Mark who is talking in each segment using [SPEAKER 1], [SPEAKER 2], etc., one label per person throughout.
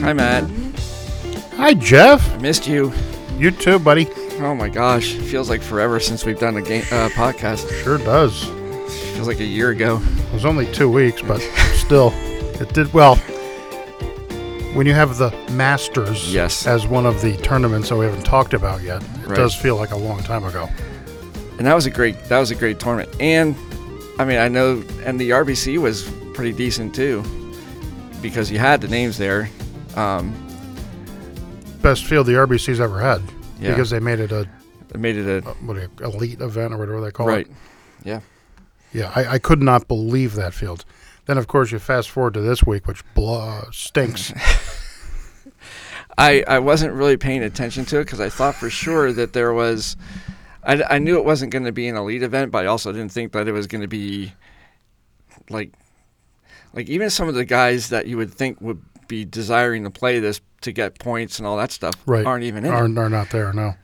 [SPEAKER 1] Hi, Matt.
[SPEAKER 2] Hi, Jeff.
[SPEAKER 1] I missed you.
[SPEAKER 2] You too, buddy.
[SPEAKER 1] Oh my gosh, it feels like forever since we've done a game uh, podcast.
[SPEAKER 2] Sure does.
[SPEAKER 1] It feels like a year ago.
[SPEAKER 2] It was only two weeks, but still, it did well. When you have the Masters
[SPEAKER 1] Yes.
[SPEAKER 2] as one of the tournaments that we haven't talked about yet, it
[SPEAKER 1] Right.
[SPEAKER 2] does feel like a long time ago.
[SPEAKER 1] And that was a great that was a great tournament. And I mean, I know and the RBC was pretty decent too because you had the names there. Um,
[SPEAKER 2] Best field the RBC's ever had
[SPEAKER 1] Yeah.
[SPEAKER 2] because they made it a
[SPEAKER 1] it made it a
[SPEAKER 2] what a elite event or whatever they call
[SPEAKER 1] right.
[SPEAKER 2] it.
[SPEAKER 1] Yeah.
[SPEAKER 2] Yeah, I, I could not believe that field. Then, of course, you fast forward to this week, which blah stinks.
[SPEAKER 1] I, I wasn't really paying attention to it because I thought for sure that there was. I, I knew it wasn't going to be an elite event, but I also didn't think that it was going to be like like even some of the guys that you would think would be desiring to play this to get points and all that stuff
[SPEAKER 2] right.
[SPEAKER 1] aren't even in. it.
[SPEAKER 2] aren't, are not there, no.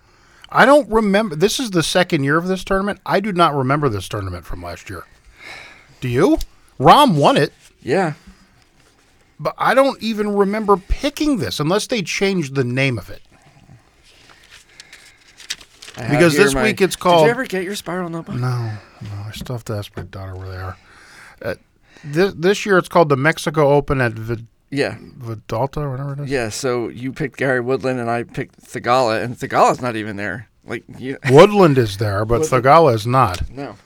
[SPEAKER 2] I don't remember. This is the second year of this tournament. I do not remember this tournament from last year. Do you? Rom won it,
[SPEAKER 1] Yeah,
[SPEAKER 2] but I don't even remember picking this unless they changed the name of it.
[SPEAKER 1] I have
[SPEAKER 2] Because
[SPEAKER 1] here
[SPEAKER 2] this week it's
[SPEAKER 1] Did
[SPEAKER 2] called-
[SPEAKER 1] you ever get your spiral notebook?
[SPEAKER 2] No, no, I still have to ask my daughter where they are. Uh, this, this year it's called the Mexico Open at Vid-
[SPEAKER 1] Yeah,
[SPEAKER 2] Vidalta or whatever it is.
[SPEAKER 1] yeah. So you picked Gary Woodland and I picked Thagala, and Thagala's not even there. Like you,
[SPEAKER 2] Woodland is there, but
[SPEAKER 1] Woodland.
[SPEAKER 2] Thagala is not.
[SPEAKER 1] no.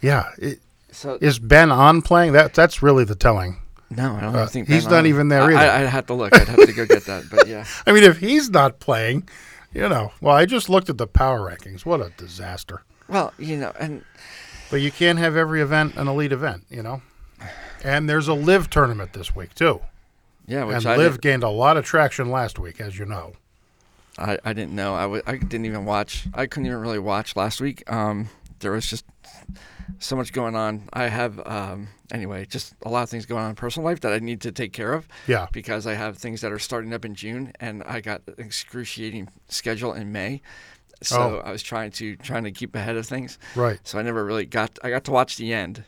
[SPEAKER 2] Yeah. It,
[SPEAKER 1] So
[SPEAKER 2] is Ben on playing? That That's really the telling.
[SPEAKER 1] No, I don't
[SPEAKER 2] Uh,
[SPEAKER 1] think
[SPEAKER 2] he's
[SPEAKER 1] Ben
[SPEAKER 2] not
[SPEAKER 1] Allen-
[SPEAKER 2] even there
[SPEAKER 1] I-
[SPEAKER 2] either.
[SPEAKER 1] I, I'd have to look. I'd have to go get that. But yeah,
[SPEAKER 2] I mean, if he's not playing, you know, well, I just looked at the power rankings. What a disaster.
[SPEAKER 1] well, you know, and
[SPEAKER 2] But you can't have every event an elite event, you know? And there's a live tournament this week, too.
[SPEAKER 1] yeah, which
[SPEAKER 2] And
[SPEAKER 1] I,
[SPEAKER 2] live
[SPEAKER 1] didn't,
[SPEAKER 2] gained a lot of traction last week, as you know.
[SPEAKER 1] I I didn't know. I w- I didn't even watch. I couldn't even really watch last week. Um, there was just so much going on. I have um anyway, just a lot of things going on in personal life that I need to take care of.
[SPEAKER 2] Yeah.
[SPEAKER 1] Because I have things that are starting up in June, and I got an excruciating schedule in May. So
[SPEAKER 2] Oh.
[SPEAKER 1] I was trying to trying to keep ahead of things.
[SPEAKER 2] Right.
[SPEAKER 1] So I never really got. I got to watch the end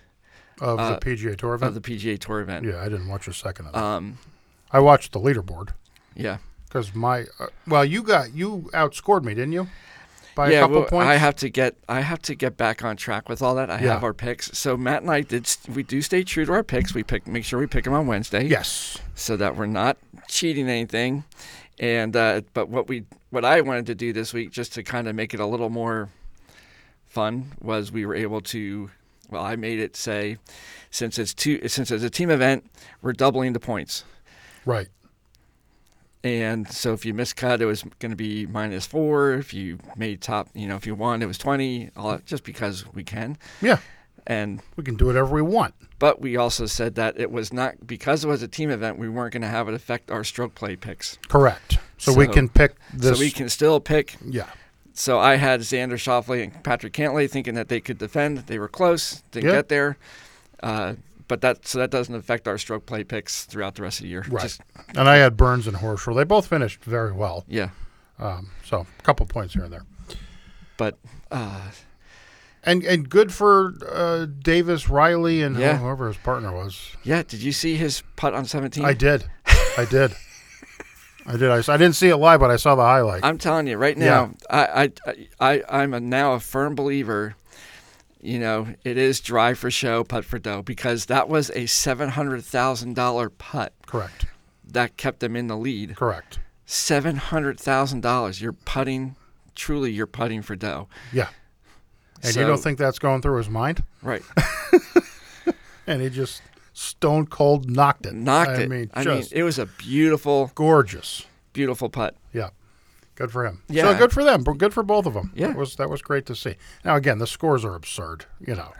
[SPEAKER 2] Of
[SPEAKER 1] Uh,
[SPEAKER 2] the PGA Tour event.
[SPEAKER 1] of the PGA Tour event.
[SPEAKER 2] Hmm. yeah, I didn't watch a second of that.
[SPEAKER 1] Um.
[SPEAKER 2] I watched the leaderboard
[SPEAKER 1] Yeah.
[SPEAKER 2] because my, uh, well, you got, you outscored me, didn't you? By
[SPEAKER 1] yeah,
[SPEAKER 2] a couple
[SPEAKER 1] well,
[SPEAKER 2] points?
[SPEAKER 1] I have to get I have to get back on track with all that. I
[SPEAKER 2] Yeah.
[SPEAKER 1] have our picks. So Matt and I did s- we do stay true to our picks. We pick make sure we pick them on Wednesday.
[SPEAKER 2] yes.
[SPEAKER 1] So that we're not cheating anything. And uh, but what we what I wanted to do this week just to kind of make it a little more fun was we were able to well I made it say since it's two since it's a team event we're doubling the points.
[SPEAKER 2] Right.
[SPEAKER 1] And so if you miscut, it was going to be minus four. If you made top, you know, if you won, it was 20, all that, just because we can.
[SPEAKER 2] Yeah.
[SPEAKER 1] And,
[SPEAKER 2] We can do whatever we want.
[SPEAKER 1] but we also said that it was not, because it was a team event, we weren't going to have it affect our stroke play picks.
[SPEAKER 2] Correct. So, we
[SPEAKER 1] So-
[SPEAKER 2] can pick this.
[SPEAKER 1] So we can still pick.
[SPEAKER 2] yeah.
[SPEAKER 1] So I had Xander Shoffley and Patrick Cantley thinking that they could defend. They were close, didn't
[SPEAKER 2] Yeah.
[SPEAKER 1] get there. Uh, but that, so that doesn't affect our stroke play picks throughout the rest of the year.
[SPEAKER 2] Right.
[SPEAKER 1] Just-
[SPEAKER 2] And I had Burns and Horschel. They both finished very well.
[SPEAKER 1] yeah.
[SPEAKER 2] Um, so a couple points here and there.
[SPEAKER 1] But, uh,
[SPEAKER 2] And and good for uh, Davis, Riley, and
[SPEAKER 1] Yeah.
[SPEAKER 2] whoever his partner was.
[SPEAKER 1] yeah, did you see his putt on 17?
[SPEAKER 2] I did. I did. I did. I, s- I didn't see it live, but I saw the highlight.
[SPEAKER 1] I'm telling you right
[SPEAKER 2] Yeah.
[SPEAKER 1] now, I I, I, I, I'm a, now a firm believer. You know, it is drive for show, putt for dough, because that was a seven hundred thousand dollar putt
[SPEAKER 2] correct.
[SPEAKER 1] that kept them in the lead.
[SPEAKER 2] Correct.
[SPEAKER 1] Seven hundred thousand dollars. You're putting, truly, you're putting for dough.
[SPEAKER 2] Yeah. And you
[SPEAKER 1] So-
[SPEAKER 2] don't think that's going through his mind?
[SPEAKER 1] Right,
[SPEAKER 2] And he just stone cold knocked it.
[SPEAKER 1] knocked
[SPEAKER 2] I
[SPEAKER 1] it.
[SPEAKER 2] Mean,
[SPEAKER 1] I mean,
[SPEAKER 2] just
[SPEAKER 1] it was a beautiful,
[SPEAKER 2] gorgeous.
[SPEAKER 1] beautiful putt.
[SPEAKER 2] Yeah. Good for him.
[SPEAKER 1] Yeah.
[SPEAKER 2] So good for them. but Good for both of them.
[SPEAKER 1] Yeah.
[SPEAKER 2] That was that was great to see. Now again, the scores are absurd, you know.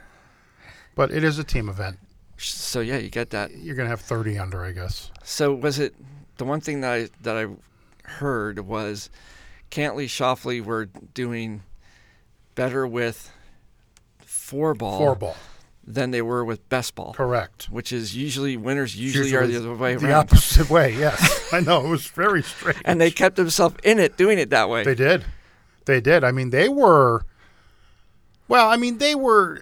[SPEAKER 2] But it is a team event.
[SPEAKER 1] So yeah, you get that.
[SPEAKER 2] You're gonna have thirty under, I guess.
[SPEAKER 1] So was it the one thing that I that I heard was Cantley Shoffley were doing better with four ball,
[SPEAKER 2] Four ball.
[SPEAKER 1] than they were with best ball,
[SPEAKER 2] Correct.
[SPEAKER 1] which is usually winners usually, are the other way
[SPEAKER 2] The
[SPEAKER 1] around.
[SPEAKER 2] opposite way, yes. I know. It was very strange.
[SPEAKER 1] And they kept themselves in it doing it that way.
[SPEAKER 2] They did. They did. I mean, they were. Well, I mean, they were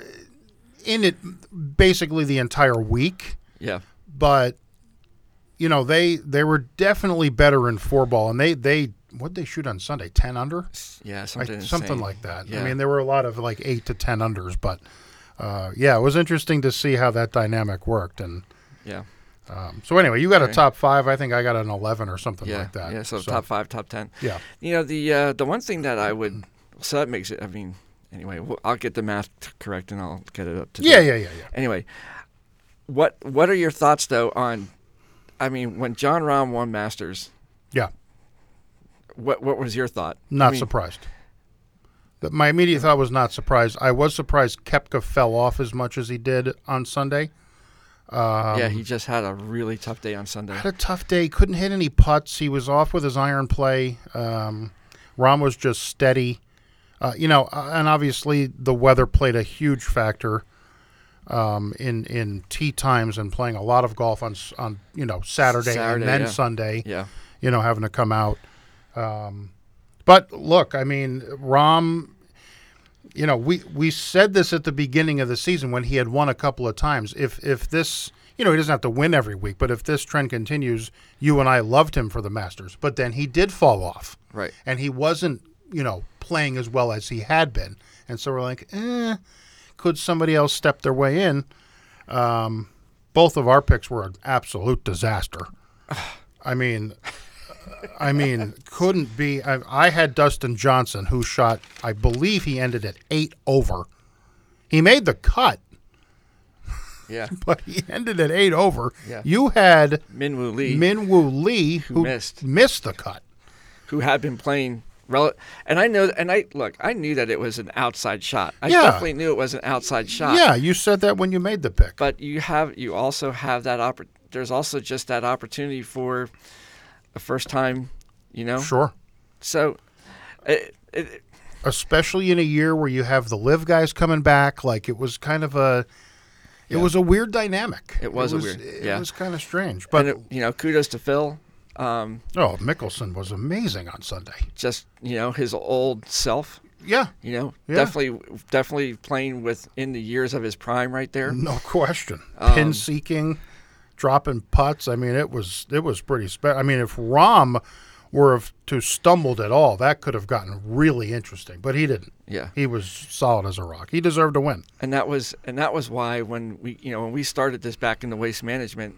[SPEAKER 2] in it basically the entire week,
[SPEAKER 1] yeah.
[SPEAKER 2] but you know they they were definitely better in four ball, and they they what they shoot on Sunday ten under,
[SPEAKER 1] Yeah,
[SPEAKER 2] like,
[SPEAKER 1] something
[SPEAKER 2] something
[SPEAKER 1] insane.
[SPEAKER 2] like that. I
[SPEAKER 1] Yeah.
[SPEAKER 2] mean, there were a lot of like eight to ten unders, but uh, yeah, it was interesting to see how that dynamic worked. And
[SPEAKER 1] yeah,
[SPEAKER 2] um, so anyway, you got a
[SPEAKER 1] Okay.
[SPEAKER 2] top five. I think I got an eleven or something
[SPEAKER 1] yeah,
[SPEAKER 2] like that.
[SPEAKER 1] yeah. So, top five, top ten.
[SPEAKER 2] Yeah. Mm.
[SPEAKER 1] You know the uh, the one thing that I would so that makes it. I mean, anyway, w- I'll get the math t- correct and I'll get it up to
[SPEAKER 2] Yeah,
[SPEAKER 1] date.
[SPEAKER 2] yeah, yeah, yeah.
[SPEAKER 1] Anyway, what what are your thoughts though on? I mean, when John Rahm won Masters,
[SPEAKER 2] Yeah.
[SPEAKER 1] what what was your thought?
[SPEAKER 2] Not
[SPEAKER 1] I mean,
[SPEAKER 2] surprised. That my immediate thought was not surprised. I was surprised Kepka fell off as much as he did on Sunday. Uh,
[SPEAKER 1] yeah, he just had a really tough day on Sunday.
[SPEAKER 2] Had a tough day. Couldn't hit any putts. He was off with his iron play. Um, Rom was just steady. Uh, you know, uh, and obviously the weather played a huge factor um, in in tee times and playing a lot of golf on s- on you know Saturday,
[SPEAKER 1] Saturday,
[SPEAKER 2] and then
[SPEAKER 1] yeah.
[SPEAKER 2] Sunday.
[SPEAKER 1] Yeah,
[SPEAKER 2] you know, having to come out. Um, but look, I mean, Rom, you know, we we said this at the beginning of the season when he had won a couple of times. If if this, you know, he doesn't have to win every week, but if this trend continues, you and I loved him for the Masters, but then he did fall off,
[SPEAKER 1] right.
[SPEAKER 2] and he wasn't, you know, playing as well as he had been, and so we're like, eh, could somebody else step their way in? Um, both of our picks were an absolute disaster. I mean, I mean, couldn't be. I, I had Dustin Johnson, who shot, I believe he ended at eight over. He made the cut,
[SPEAKER 1] Yeah,
[SPEAKER 2] but he ended at eight over.
[SPEAKER 1] Yeah.
[SPEAKER 2] You had
[SPEAKER 1] Minwoo Lee,
[SPEAKER 2] Minwoo Lee, who,
[SPEAKER 1] missed.
[SPEAKER 2] missed the cut.
[SPEAKER 1] who had been playing. Rel- and I know, and I look. I knew that it was an outside shot. I
[SPEAKER 2] Yeah.
[SPEAKER 1] definitely knew it was an outside shot.
[SPEAKER 2] yeah, you said that when you made the pick.
[SPEAKER 1] Ah. but you have you also have that oppor- there's also just that opportunity for a first time you know
[SPEAKER 2] sure.
[SPEAKER 1] so it, it,
[SPEAKER 2] especially in a year where you have the live guys coming back like it was kind of a it was a weird dynamic
[SPEAKER 1] It was a weird-
[SPEAKER 2] it
[SPEAKER 1] yeah.
[SPEAKER 2] was kind of strange
[SPEAKER 1] but
[SPEAKER 2] but
[SPEAKER 1] you know kudos to phil um,
[SPEAKER 2] oh mickelson was amazing on sunday
[SPEAKER 1] just you know his old self
[SPEAKER 2] yeah
[SPEAKER 1] you know
[SPEAKER 2] Yeah.
[SPEAKER 1] definitely definitely playing within the years of his prime right there
[SPEAKER 2] no question
[SPEAKER 1] Um,
[SPEAKER 2] pin seeking dropping putts i mean it was it was pretty special i mean if rom were of- to stumbled at all that could have gotten really interesting but he didn't
[SPEAKER 1] yeah
[SPEAKER 2] he was solid as a rock he deserved to win
[SPEAKER 1] and that was and that was why when we you know when we started this back in the waste management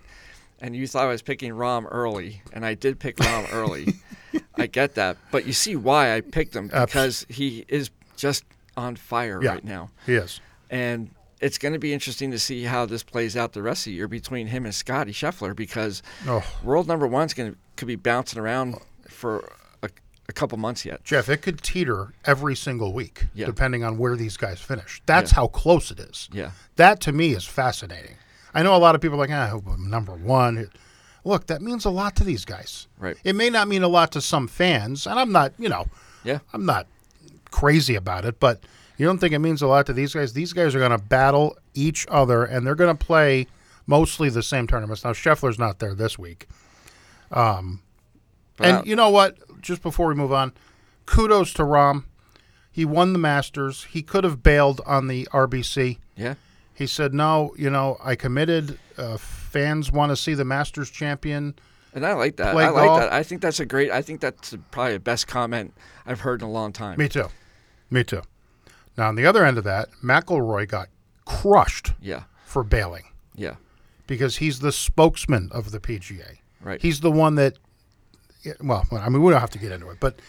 [SPEAKER 1] and you thought I was picking Rom early and I did pick Rom early I get that but you see why I picked him
[SPEAKER 2] Abs-
[SPEAKER 1] because he is just on fire
[SPEAKER 2] Yeah.
[SPEAKER 1] right now
[SPEAKER 2] he is
[SPEAKER 1] and it's going to be interesting to see how this plays out the rest of the year between him and Scotty Scheffler because
[SPEAKER 2] oh
[SPEAKER 1] world number one's going to could be bouncing around for a, a couple months yet
[SPEAKER 2] Jeff, it could teeter every single week,
[SPEAKER 1] Yeah.
[SPEAKER 2] depending on where these guys finish. That's
[SPEAKER 1] Yeah.
[SPEAKER 2] how close it is.
[SPEAKER 1] yeah
[SPEAKER 2] That to me is fascinating. I know a lot of people are like, ah, but number one. Look, that means a lot to these guys.
[SPEAKER 1] Right.
[SPEAKER 2] It may not mean a lot to some fans, and I'm not, you know,
[SPEAKER 1] yeah
[SPEAKER 2] I'm not crazy about it, but you don't think it means a lot to these guys? These guys are going to battle each other, and they're going to play mostly the same tournaments. Now, Scheffler's not there this week.
[SPEAKER 1] But uh, I-
[SPEAKER 2] And you know what? Just before we move on, kudos to Rom. He won the Masters. He could have bailed on the RBC.
[SPEAKER 1] yeah
[SPEAKER 2] He said, "No, you know, I committed. Uh, fans want to see the Masters champion."
[SPEAKER 1] And I like that.
[SPEAKER 2] play
[SPEAKER 1] I like
[SPEAKER 2] golf.
[SPEAKER 1] that. I think that's a great. I think that's probably the best comment I've heard in a long time.
[SPEAKER 2] Me too. Me too. Now on the other end of that, McIlroy got crushed
[SPEAKER 1] Yeah,
[SPEAKER 2] for bailing
[SPEAKER 1] yeah,
[SPEAKER 2] because he's the spokesman of the PGA.
[SPEAKER 1] right.
[SPEAKER 2] He's the one that, yeah, well, I mean, we don't have to get into it, but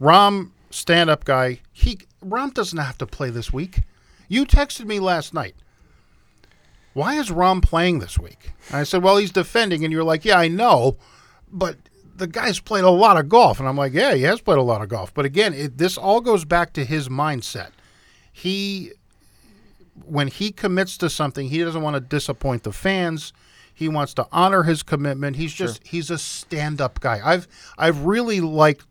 [SPEAKER 2] Rom, stand up guy, he Rom doesn't have to play this week. You texted me last night. Why is Rom playing this week? And I said, well, he's defending, and you're like, yeah, I know, but the guy's played a lot of golf, and I'm like, yeah, he has played a lot of golf, but again, it, this all goes back to his mindset. He when he commits to something, he doesn't want to disappoint the fans. He wants to honor his commitment. He's just he's a stand-up guy. I've I've really liked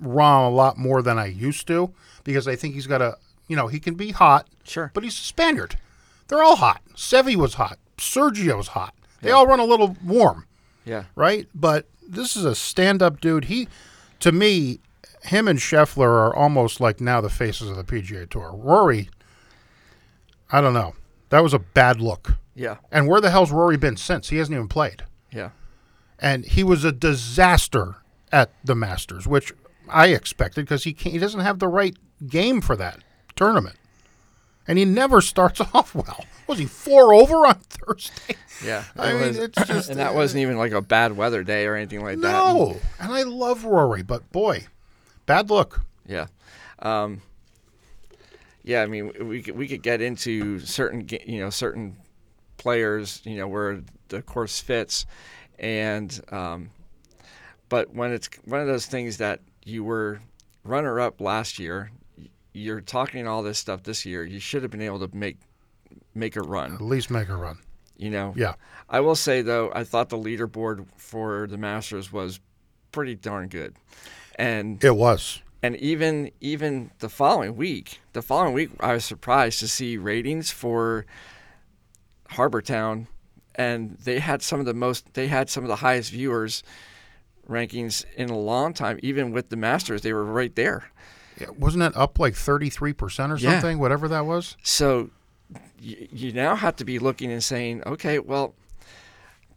[SPEAKER 2] Rom a lot more than I used to because I think he's got a you know he can be hot,
[SPEAKER 1] Sure.
[SPEAKER 2] but he's a Spaniard. They're all hot. Sevi was hot. Sergio's hot. They all run a little warm
[SPEAKER 1] yeah,
[SPEAKER 2] right? But this is a stand-up dude. He, to me, him and Scheffler are almost like now the faces of the PGA Tour. Rory, I don't know. That was a bad look.
[SPEAKER 1] yeah,
[SPEAKER 2] And where the hell's Rory been since? He hasn't even played.
[SPEAKER 1] yeah,
[SPEAKER 2] and he was a disaster at the Masters, which I expected because he can't, he doesn't have the right game for that tournament, and he never starts off well. Was he four over on Thursday?
[SPEAKER 1] Yeah,
[SPEAKER 2] I
[SPEAKER 1] it
[SPEAKER 2] mean,
[SPEAKER 1] was-
[SPEAKER 2] it's just-
[SPEAKER 1] and that wasn't even like a bad weather day or anything like that.
[SPEAKER 2] No, and I love Rory, but boy, bad luck.
[SPEAKER 1] Yeah. Um, yeah, I mean, we could, we could get into certain ga- you know certain players you know where the course fits, and um, but when it's one of those things that you were runner up last year, y- you're talking all this stuff this year. You should have been able to make make a run.
[SPEAKER 2] At least make a run.
[SPEAKER 1] You know.
[SPEAKER 2] Yeah,
[SPEAKER 1] I will say though, I thought the leaderboard for the Masters was pretty darn good, and
[SPEAKER 2] it was.
[SPEAKER 1] and even even the following week, the following week, I was surprised to see ratings for Harbortown, and they had some of the most, they had some of the highest viewers rankings in a long time. Even with the Masters, they were right there.
[SPEAKER 2] Yeah, wasn't it up like 33% or something,
[SPEAKER 1] Yeah.
[SPEAKER 2] whatever that was?
[SPEAKER 1] So y- you now have to be looking and saying, okay, well,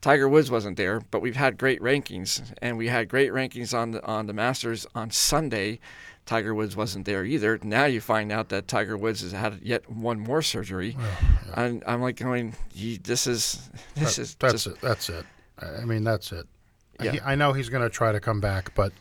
[SPEAKER 1] Tiger Woods wasn't there, but we've had great rankings, and we had great rankings on the, on the Masters on Sunday. Tiger Woods wasn't there either. Now you find out that Tiger Woods has had yet one more surgery. I'm, I'm like going, you, this is this is
[SPEAKER 2] That's
[SPEAKER 1] just
[SPEAKER 2] it. That's it. I I mean, that's it.
[SPEAKER 1] Yeah.
[SPEAKER 2] He- I know he's going to try to come back, but,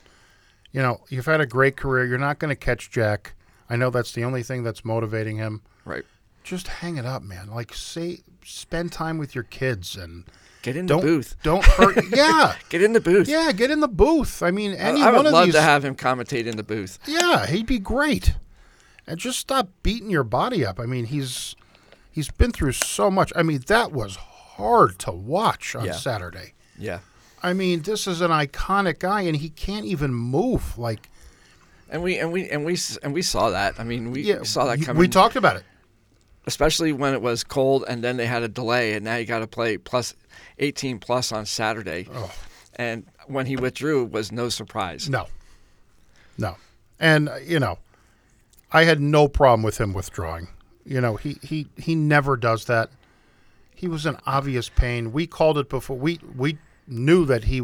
[SPEAKER 2] you know, you've had a great career. You're not going to catch Jack. I know that's the only thing that's motivating him.
[SPEAKER 1] right.
[SPEAKER 2] Just hang it up, man. Like, say, spend time with your kids and
[SPEAKER 1] Get in
[SPEAKER 2] don't
[SPEAKER 1] the booth.
[SPEAKER 2] don't hurt. yeah,
[SPEAKER 1] Get in the booth.
[SPEAKER 2] yeah. Get in the booth. I mean,
[SPEAKER 1] I,
[SPEAKER 2] any
[SPEAKER 1] I
[SPEAKER 2] one
[SPEAKER 1] would
[SPEAKER 2] of
[SPEAKER 1] love
[SPEAKER 2] these.
[SPEAKER 1] to have him commentate in the booth.
[SPEAKER 2] Yeah, he'd be great. And just stop beating your body up. I mean, he's he's been through so much. I mean, that was hard to watch on
[SPEAKER 1] Yeah.
[SPEAKER 2] Saturday.
[SPEAKER 1] Yeah.
[SPEAKER 2] I mean, this is an iconic guy and he can't even move like
[SPEAKER 1] And we and we and we s- and we saw that. I mean, we
[SPEAKER 2] yeah,
[SPEAKER 1] saw that
[SPEAKER 2] you-
[SPEAKER 1] coming.
[SPEAKER 2] We talked about it.
[SPEAKER 1] especially when it was cold and then they had a delay and now you got to play plus 18 plus on Saturday. And when he withdrew it was no surprise.
[SPEAKER 2] Oh. No. No. And uh, you know, I had no problem with him withdrawing. You know, he he he never does that. He was an obvious pain. We called it before. We we knew that he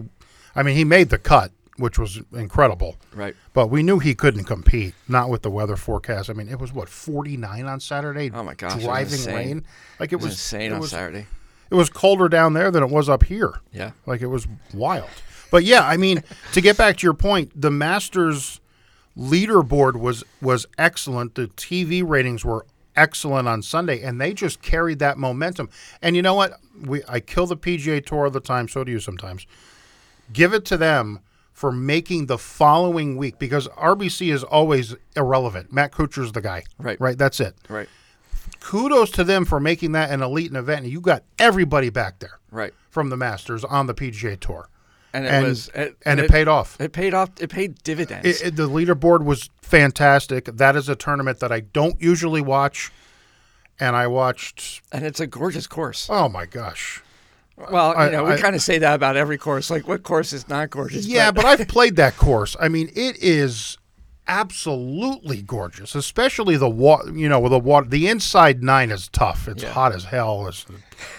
[SPEAKER 2] I mean, he made the cut, which was incredible.
[SPEAKER 1] Right.
[SPEAKER 2] But we knew he couldn't compete, not with the weather forecast. I mean, it was what 49 on Saturday.
[SPEAKER 1] Oh my gosh, it was
[SPEAKER 2] driving
[SPEAKER 1] insane.
[SPEAKER 2] rain. Like it
[SPEAKER 1] It was
[SPEAKER 2] was
[SPEAKER 1] insane
[SPEAKER 2] it
[SPEAKER 1] on
[SPEAKER 2] was,
[SPEAKER 1] Saturday.
[SPEAKER 2] it was colder down there than it was up here.
[SPEAKER 1] Yeah.
[SPEAKER 2] Like it was wild. But yeah, I mean, to get back to your point, the Masters leaderboard was was excellent. The TV ratings were excellent on Sunday, and they just carried that momentum. And you know what? We I kill the PGA Tour all the time. So do you sometimes. Give it to them for making the following week because RBC is always irrelevant. Matt Kuchar's the guy.
[SPEAKER 1] Right.
[SPEAKER 2] Right. That's it.
[SPEAKER 1] Right.
[SPEAKER 2] Kudos to them for making that an elite event. And you got everybody back there
[SPEAKER 1] Right.
[SPEAKER 2] from the Masters on the PGA Tour,
[SPEAKER 1] And it
[SPEAKER 2] and
[SPEAKER 1] was it,
[SPEAKER 2] and it, paid off.
[SPEAKER 1] It paid off. It paid dividends.
[SPEAKER 2] It- it- the leaderboard was fantastic. That is a tournament that I don't usually watch, and I watched.
[SPEAKER 1] and it's a gorgeous course.
[SPEAKER 2] Oh my gosh!
[SPEAKER 1] well,
[SPEAKER 2] I-
[SPEAKER 1] you know, we
[SPEAKER 2] I-
[SPEAKER 1] kind of say that about every course. Like, what course is not gorgeous?
[SPEAKER 2] Yeah, but I've played that course. I mean, it is absolutely gorgeous, especially the water. You know, the water. The inside nine is tough. It's
[SPEAKER 1] Yeah.
[SPEAKER 2] hot as hell. There's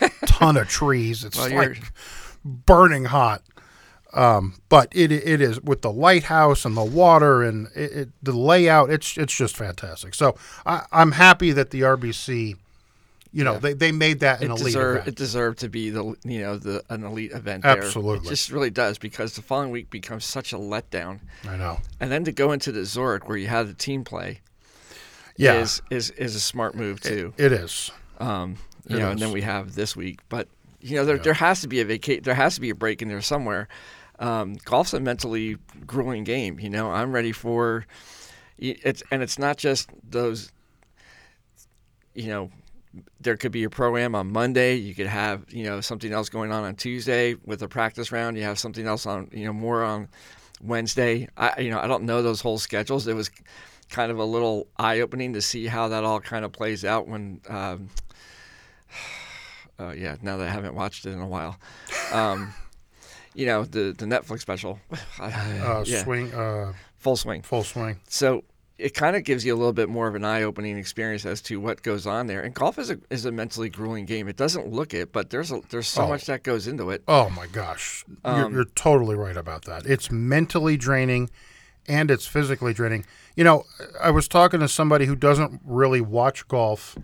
[SPEAKER 2] a ton of trees. It's
[SPEAKER 1] Well, you're-
[SPEAKER 2] like burning hot. Um, but it it is with the lighthouse and the water and it, it, the layout. It's it's just fantastic. So I, I'm happy that the RBC, you know, they, they made that an
[SPEAKER 1] it
[SPEAKER 2] elite
[SPEAKER 1] deserved it
[SPEAKER 2] event.
[SPEAKER 1] deserved to be the you know the an elite event. there.
[SPEAKER 2] Absolutely.
[SPEAKER 1] it just really does because the following week becomes such a letdown.
[SPEAKER 2] I know.
[SPEAKER 1] and then to go into the Zurich where you had the team play
[SPEAKER 2] Yeah,
[SPEAKER 1] is, is is a smart move too.
[SPEAKER 2] it is.
[SPEAKER 1] um, you
[SPEAKER 2] it
[SPEAKER 1] know,
[SPEAKER 2] is.
[SPEAKER 1] and then we have this week, but you know, there, there has to be a vaca- there has to be a break in there somewhere. Um, golf's a mentally grueling game. You know, I'm ready for y- it's and it's not just those. You know, there could be a pro am on Monday. You could have you know something else going on on Tuesday with a practice round. You have something else on you know more on Wednesday. I you know I don't know those whole schedules. It was kind of a little eye opening to see how that all kind of plays out when. Um, uh, yeah, now that I haven't watched it in a while, um, you know the the Netflix special,
[SPEAKER 2] Uh,
[SPEAKER 1] yeah,
[SPEAKER 2] Swing, uh,
[SPEAKER 1] full swing.
[SPEAKER 2] full swing.
[SPEAKER 1] So it kind of gives you a little bit more of an eye-opening experience as to what goes on there. And golf is a is a mentally grueling game. It doesn't look it, but there's a, there's so
[SPEAKER 2] Oh.
[SPEAKER 1] much that goes into it.
[SPEAKER 2] Oh my gosh, you're, you're totally right about that. It's mentally draining, and it's physically draining. You know, I was talking to somebody who doesn't really watch golf,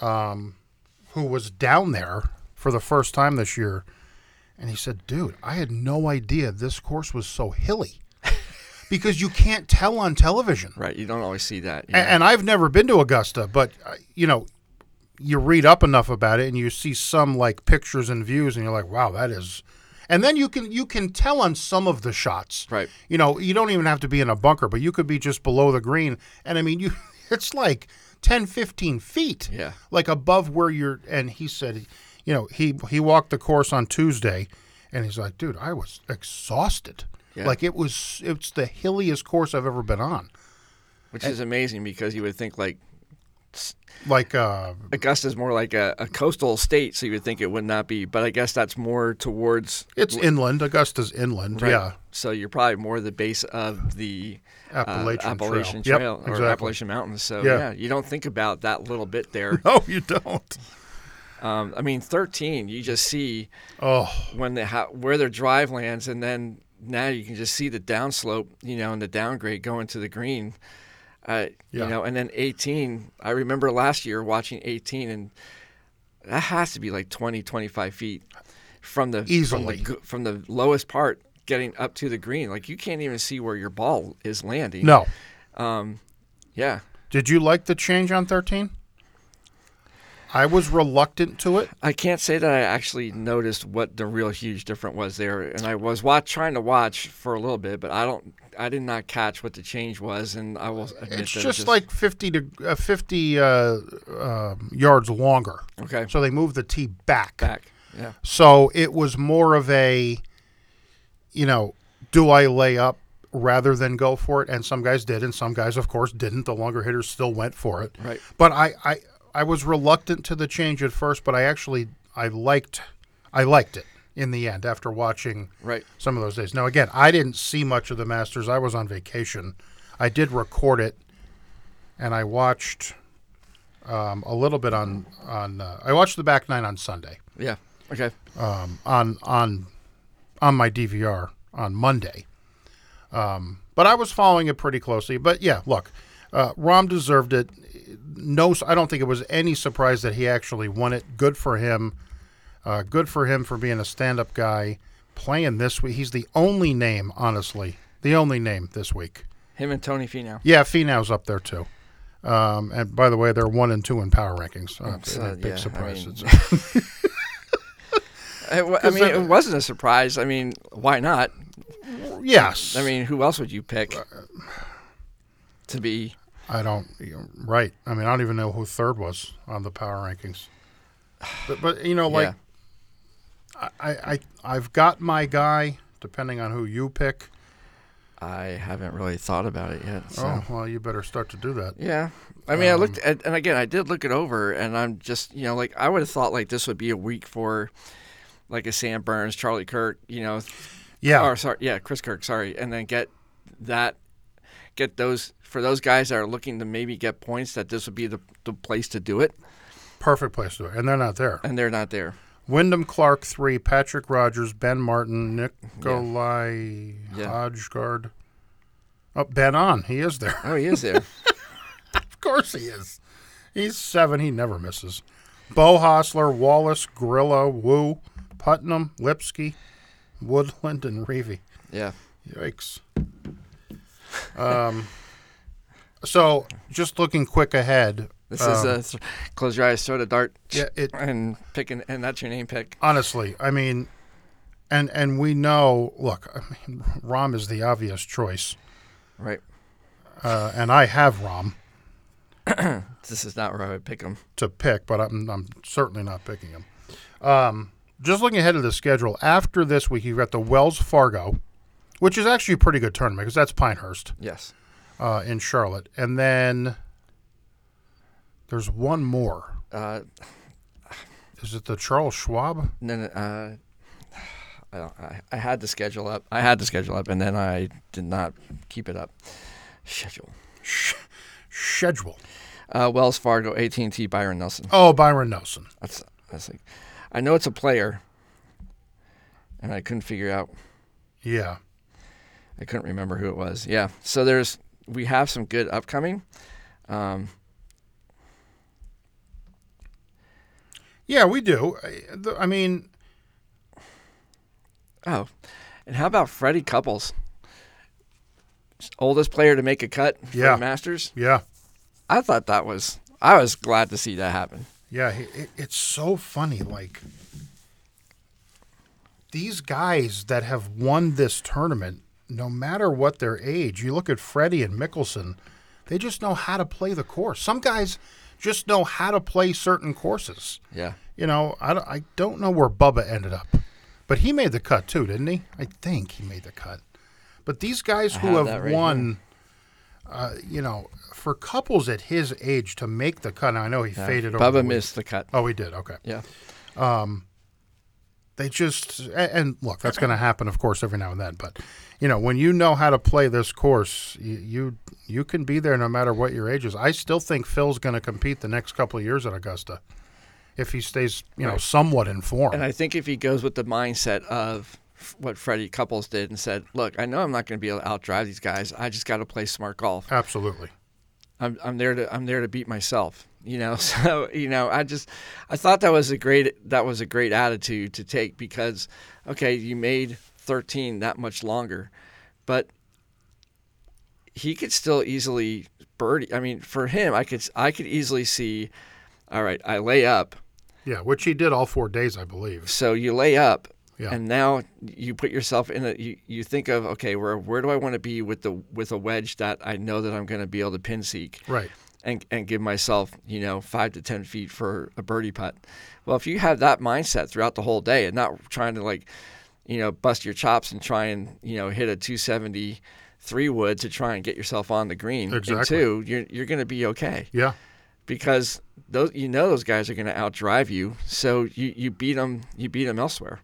[SPEAKER 2] um, who was down there for the first time this year, and he said, "Dude, I had no idea this course was so hilly, because you can't tell on television."
[SPEAKER 1] Right, you don't always see that.
[SPEAKER 2] A- and I've never been to Augusta, but uh, you know, you read up enough about it and you see some like pictures and views, and you're like, wow, that is. And then you can you can tell on some of the shots,
[SPEAKER 1] Right.
[SPEAKER 2] You know, you don't even have to be in a bunker, but you could be just below the green, and I mean, you it's like 10, 15 feet,
[SPEAKER 1] Yeah.
[SPEAKER 2] like above where you're. And he said, you know, he he walked the course on Tuesday, and he's like, dude, I was exhausted.
[SPEAKER 1] Yeah.
[SPEAKER 2] Like it was, it's the hilliest course I've ever been on.
[SPEAKER 1] which is amazing because you would think like
[SPEAKER 2] Like uh,
[SPEAKER 1] Augusta's more like a, a coastal state, so you would think it would not be. But I guess that's more towards
[SPEAKER 2] It's inland. Augusta's inland.
[SPEAKER 1] right?
[SPEAKER 2] Yeah.
[SPEAKER 1] So you're probably more the base of the uh,
[SPEAKER 2] Appalachian Trail.
[SPEAKER 1] Appalachian
[SPEAKER 2] Yep,
[SPEAKER 1] Trail or
[SPEAKER 2] exactly.
[SPEAKER 1] Appalachian Mountains. So
[SPEAKER 2] Yeah.
[SPEAKER 1] yeah, you don't think about that little bit there.
[SPEAKER 2] No, you don't.
[SPEAKER 1] Um, I mean, 13, you just see
[SPEAKER 2] Oh,
[SPEAKER 1] when they ha- where their drive lands, and then now you can just see the downslope, you know, and the downgrade going to the green. Uh,
[SPEAKER 2] Yeah.
[SPEAKER 1] You know, and then 18. I remember last year watching 18, and that has to be like 20, 25 feet from the
[SPEAKER 2] Easily.
[SPEAKER 1] from the, g- from the lowest part getting up to the green. Like you can't even see where your ball is landing.
[SPEAKER 2] no.
[SPEAKER 1] Yeah.
[SPEAKER 2] Did you like the change on 13? I was reluctant to it.
[SPEAKER 1] I can't say that I actually noticed what the real huge difference was there, and I was watch, trying to watch for a little bit, but I don't, I did not catch what the change was, and I will admit
[SPEAKER 2] It's
[SPEAKER 1] that it
[SPEAKER 2] just, like 50 to uh, 50 uh, uh, yards longer.
[SPEAKER 1] okay,
[SPEAKER 2] So they moved the tee back.
[SPEAKER 1] back, yeah,
[SPEAKER 2] So it was more of a, you know, do I lay up rather than go for it? And some guys did, and some guys, of course, didn't. The longer hitters still went for it.
[SPEAKER 1] Right.
[SPEAKER 2] But I, I, I was reluctant to the change at first, but I actually I liked, I liked it in the end after watching
[SPEAKER 1] right,
[SPEAKER 2] some of those days. Now again, I didn't see much of the Masters. I was on vacation. I did record it, and I watched um, a little bit on on. Uh, I watched the back nine on Sunday
[SPEAKER 1] yeah, okay,
[SPEAKER 2] um, on on on my DVR on Monday. Um, but I was following it pretty closely. But yeah, look, uh, Rom deserved it. No, I don't think it was any surprise that he actually won it. Good for him. Uh, good for him for being a stand-up guy playing this week. He's the only name, honestly, the only name this week.
[SPEAKER 1] him and Tony Finau.
[SPEAKER 2] Yeah, Finau's up there too. Um, and by the way, they're one and two in power rankings. Uh,
[SPEAKER 1] So,
[SPEAKER 2] big
[SPEAKER 1] yeah, I
[SPEAKER 2] surprise.
[SPEAKER 1] mean-
[SPEAKER 2] It's-
[SPEAKER 1] I, I mean,
[SPEAKER 2] that-
[SPEAKER 1] it wasn't a surprise. I mean, why not?
[SPEAKER 2] yes.
[SPEAKER 1] I mean, who else would you pick
[SPEAKER 2] Uh,
[SPEAKER 1] to be?
[SPEAKER 2] I don't. you- Right. I mean, I don't even know who third was on the power rankings. But, but you know, like I, I, I've got my guy. Depending on who you pick.
[SPEAKER 1] yeah, I haven't really thought about it yet. So.
[SPEAKER 2] Oh well, you better start to do that.
[SPEAKER 1] Yeah. I mean, I looked at, and again, I did look it over, and I'm just, you know, like I would have thought like this would be a week for like a Sam Burns, Charlie Kirk, you know,
[SPEAKER 2] Yeah.
[SPEAKER 1] or sorry, yeah, Chris Kirk, sorry, and then get that, get those for those guys that are looking to maybe get points that this would be the, the place to do it,
[SPEAKER 2] Perfect place to do it, and they're not there.
[SPEAKER 1] and they're not there.
[SPEAKER 2] Wyndham Clark three, Patrick Rogers, Ben Martin, Nikolai
[SPEAKER 1] Yeah.
[SPEAKER 2] Hodgegard. Oh, Ben on. He is there.
[SPEAKER 1] Oh, he is there.
[SPEAKER 2] Of course he is. He's seven. He never misses. Bo Hostler, Wallace, Grillo, Wu, Putnam, Lipsky, Woodland, and Reevy.
[SPEAKER 1] yeah.
[SPEAKER 2] Yikes. Um, so just looking quick ahead.
[SPEAKER 1] This
[SPEAKER 2] um,
[SPEAKER 1] is a th- close your eyes, throw the dart,
[SPEAKER 2] yeah, it,
[SPEAKER 1] and pick an, and that's your name pick.
[SPEAKER 2] honestly, I mean, and and we know. Look, I mean, Rom is the obvious choice,
[SPEAKER 1] Right.
[SPEAKER 2] uh, and I have Rom
[SPEAKER 1] This is not where I would pick him.
[SPEAKER 2] to pick, but I'm I'm certainly not picking him. Um, just looking ahead of the schedule, after this week, you've got the Wells Fargo, which is actually a pretty good tournament because that's Pinehurst
[SPEAKER 1] Yes.
[SPEAKER 2] uh, in Charlotte, and then there's one more.
[SPEAKER 1] Uh,
[SPEAKER 2] Is it the Charles Schwab?
[SPEAKER 1] No, no, uh, I, don't, I, I had to schedule up. I had to schedule up, and then I did not keep it up. Schedule.
[SPEAKER 2] schedule?
[SPEAKER 1] Uh, Wells Fargo, AT and T, Byron Nelson.
[SPEAKER 2] Oh, Byron Nelson.
[SPEAKER 1] That's that's like, I know it's a player, and I couldn't figure out.
[SPEAKER 2] Yeah.
[SPEAKER 1] I couldn't remember who it was. Yeah. So there's we have some good upcoming. Um,
[SPEAKER 2] Yeah, we do. I- the- I mean,
[SPEAKER 1] oh, and how about Freddie Couples, oldest player to make a cut for
[SPEAKER 2] Yeah.
[SPEAKER 1] the Masters?
[SPEAKER 2] yeah.
[SPEAKER 1] I thought that was I was glad to see that happen.
[SPEAKER 2] Yeah, he- it, it's so funny. Like these guys that have won this tournament, no matter what their age, you look at Freddie and Mickelson, they just know how to play the course. Some guys just know how to play certain courses.
[SPEAKER 1] Yeah.
[SPEAKER 2] You know, I don't, I don't know where Bubba ended up, but he made the cut too, didn't he? I think he made the cut. But these guys who
[SPEAKER 1] have
[SPEAKER 2] have,
[SPEAKER 1] that right
[SPEAKER 2] won, uh, you know, for couples at his age to make the cut, now I know he faded over. the
[SPEAKER 1] Bubba
[SPEAKER 2] week-
[SPEAKER 1] missed the cut.
[SPEAKER 2] Oh, he did. Okay.
[SPEAKER 1] Yeah.
[SPEAKER 2] They just a- and look, that's going to happen, of course, every now and then. But you know, when you know how to play this course, you you, you can be there no matter what your age is. I still think Phil's going to compete the next couple of years at Augusta if he stays, you know, somewhat informed.
[SPEAKER 1] And I think if he goes with the mindset of f- what Freddie Couples did and said, "Look, I know I'm not going to be able to outdrive these guys. I just got to play smart golf.
[SPEAKER 2] Absolutely.
[SPEAKER 1] I'm, I'm there to I'm there to beat myself." You know, so you know, I just I thought that was a great that was a great attitude to take because okay, you made 13 that much longer, but he could still easily birdie. I mean, for him, I could I could easily see, all right, I lay up.
[SPEAKER 2] Yeah, which he did all four days, I believe.
[SPEAKER 1] So you lay up,
[SPEAKER 2] Yeah.
[SPEAKER 1] and now you put yourself in a. You, you think of okay, where where do I want to be with the with a wedge that I know that I'm going to be able to pin seek,
[SPEAKER 2] Right.
[SPEAKER 1] and and give myself you know five to ten feet for a birdie putt. Well, if you have that mindset throughout the whole day and not trying to like, you know, bust your chops and try and you know hit a 273 wood to try and get yourself on the green. And
[SPEAKER 2] Exactly.
[SPEAKER 1] two, you're you're going to be okay
[SPEAKER 2] Yeah.
[SPEAKER 1] because those you know those guys are going to outdrive you. So you you beat them you beat them elsewhere,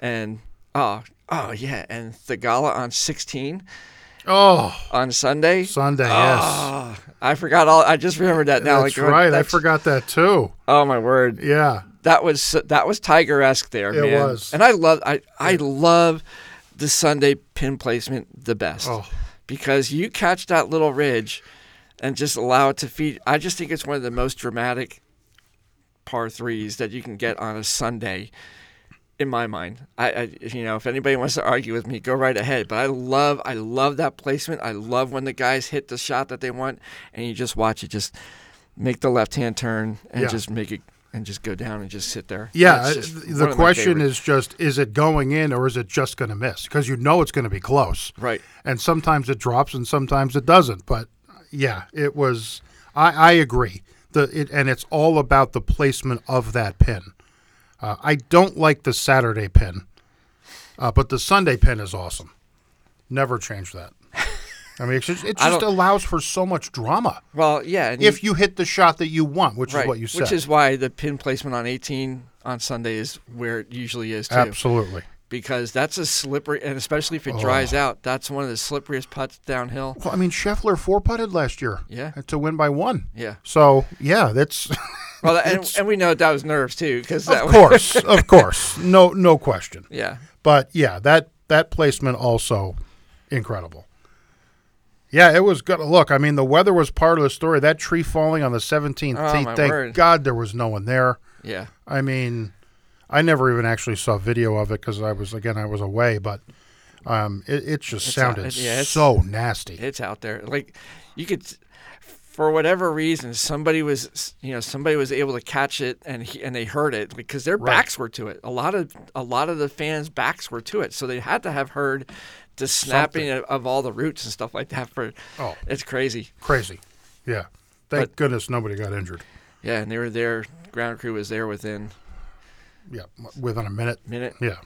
[SPEAKER 1] and oh oh yeah, and the gala on sixteen
[SPEAKER 2] Oh,
[SPEAKER 1] on Sunday.
[SPEAKER 2] Sunday.
[SPEAKER 1] Oh, I forgot all. I just remembered that
[SPEAKER 2] yes.
[SPEAKER 1] now.
[SPEAKER 2] that's
[SPEAKER 1] like,
[SPEAKER 2] right. I
[SPEAKER 1] that's-
[SPEAKER 2] forgot that too.
[SPEAKER 1] Oh my word,
[SPEAKER 2] Yeah.
[SPEAKER 1] that was so- that was Tiger esque there,
[SPEAKER 2] It
[SPEAKER 1] man.
[SPEAKER 2] was.
[SPEAKER 1] And I love I I love the Sunday pin placement the best
[SPEAKER 2] Oh.
[SPEAKER 1] because you catch that little ridge and just allow it to feed. I just think it's one of the most dramatic par threes that you can get on a Sunday. In my mind, I, I you know if anybody wants to argue with me, go right ahead. But I love I love that placement. I love when the guys hit the shot that they want, and you just watch it just make the left hand turn and
[SPEAKER 2] Yeah.
[SPEAKER 1] just make it and just go down and just sit there.
[SPEAKER 2] Yeah.
[SPEAKER 1] It's just
[SPEAKER 2] th-
[SPEAKER 1] one
[SPEAKER 2] The
[SPEAKER 1] of my
[SPEAKER 2] question
[SPEAKER 1] favorites.
[SPEAKER 2] is just is it going in or is it just going to miss? Because you know it's going to be close.
[SPEAKER 1] right.
[SPEAKER 2] And sometimes it drops and sometimes it doesn't. But yeah, it was. I, I agree. The it, And it's all about the placement of that pin. Uh, I don't like the Saturday pin, uh, but the Sunday pin is awesome. Never change that. I mean, it's just, it
[SPEAKER 1] I
[SPEAKER 2] just
[SPEAKER 1] don't-
[SPEAKER 2] allows for so much drama
[SPEAKER 1] Well, yeah. And
[SPEAKER 2] if you hit the shot that you want, which is what you said.
[SPEAKER 1] Which is why the pin placement on 18 on Sunday is where it usually is too,
[SPEAKER 2] absolutely.
[SPEAKER 1] because that's a slippery, and especially if it dries
[SPEAKER 2] Oh.
[SPEAKER 1] out, that's one of the slipperiest putts downhill.
[SPEAKER 2] Well, I mean, Scheffler four putted last year.
[SPEAKER 1] Yeah.
[SPEAKER 2] to win by one.
[SPEAKER 1] Yeah.
[SPEAKER 2] So yeah, that's
[SPEAKER 1] Well, and, and we know that was nerves too, because that
[SPEAKER 2] of
[SPEAKER 1] was,
[SPEAKER 2] course, of course, no, no question.
[SPEAKER 1] yeah.
[SPEAKER 2] But yeah, that that placement also incredible. Yeah, it was good. Look, I mean, the weather was part of the story. That tree falling on the 17th
[SPEAKER 1] Oh,
[SPEAKER 2] tee,
[SPEAKER 1] my
[SPEAKER 2] thank
[SPEAKER 1] word.
[SPEAKER 2] God there was no one there.
[SPEAKER 1] Yeah.
[SPEAKER 2] I mean, I never even actually saw video of it because I was again I was away, but um, it, it just sounded
[SPEAKER 1] it- yeah, it's-
[SPEAKER 2] so nasty.
[SPEAKER 1] It's out there. Like you could, for whatever reason, somebody was you know somebody was able to catch it and he, and they heard it because their backs were to it. A lot of a lot of the fans' backs were to it, so they had to have heard the snapping of, of all the roots and stuff like that. For
[SPEAKER 2] Oh.
[SPEAKER 1] it's crazy.
[SPEAKER 2] Crazy. Yeah. Thank goodness nobody got injured.
[SPEAKER 1] Yeah, and they were there. Ground crew was there within
[SPEAKER 2] Yeah, m- within a minute.
[SPEAKER 1] a minute.
[SPEAKER 2] Yeah.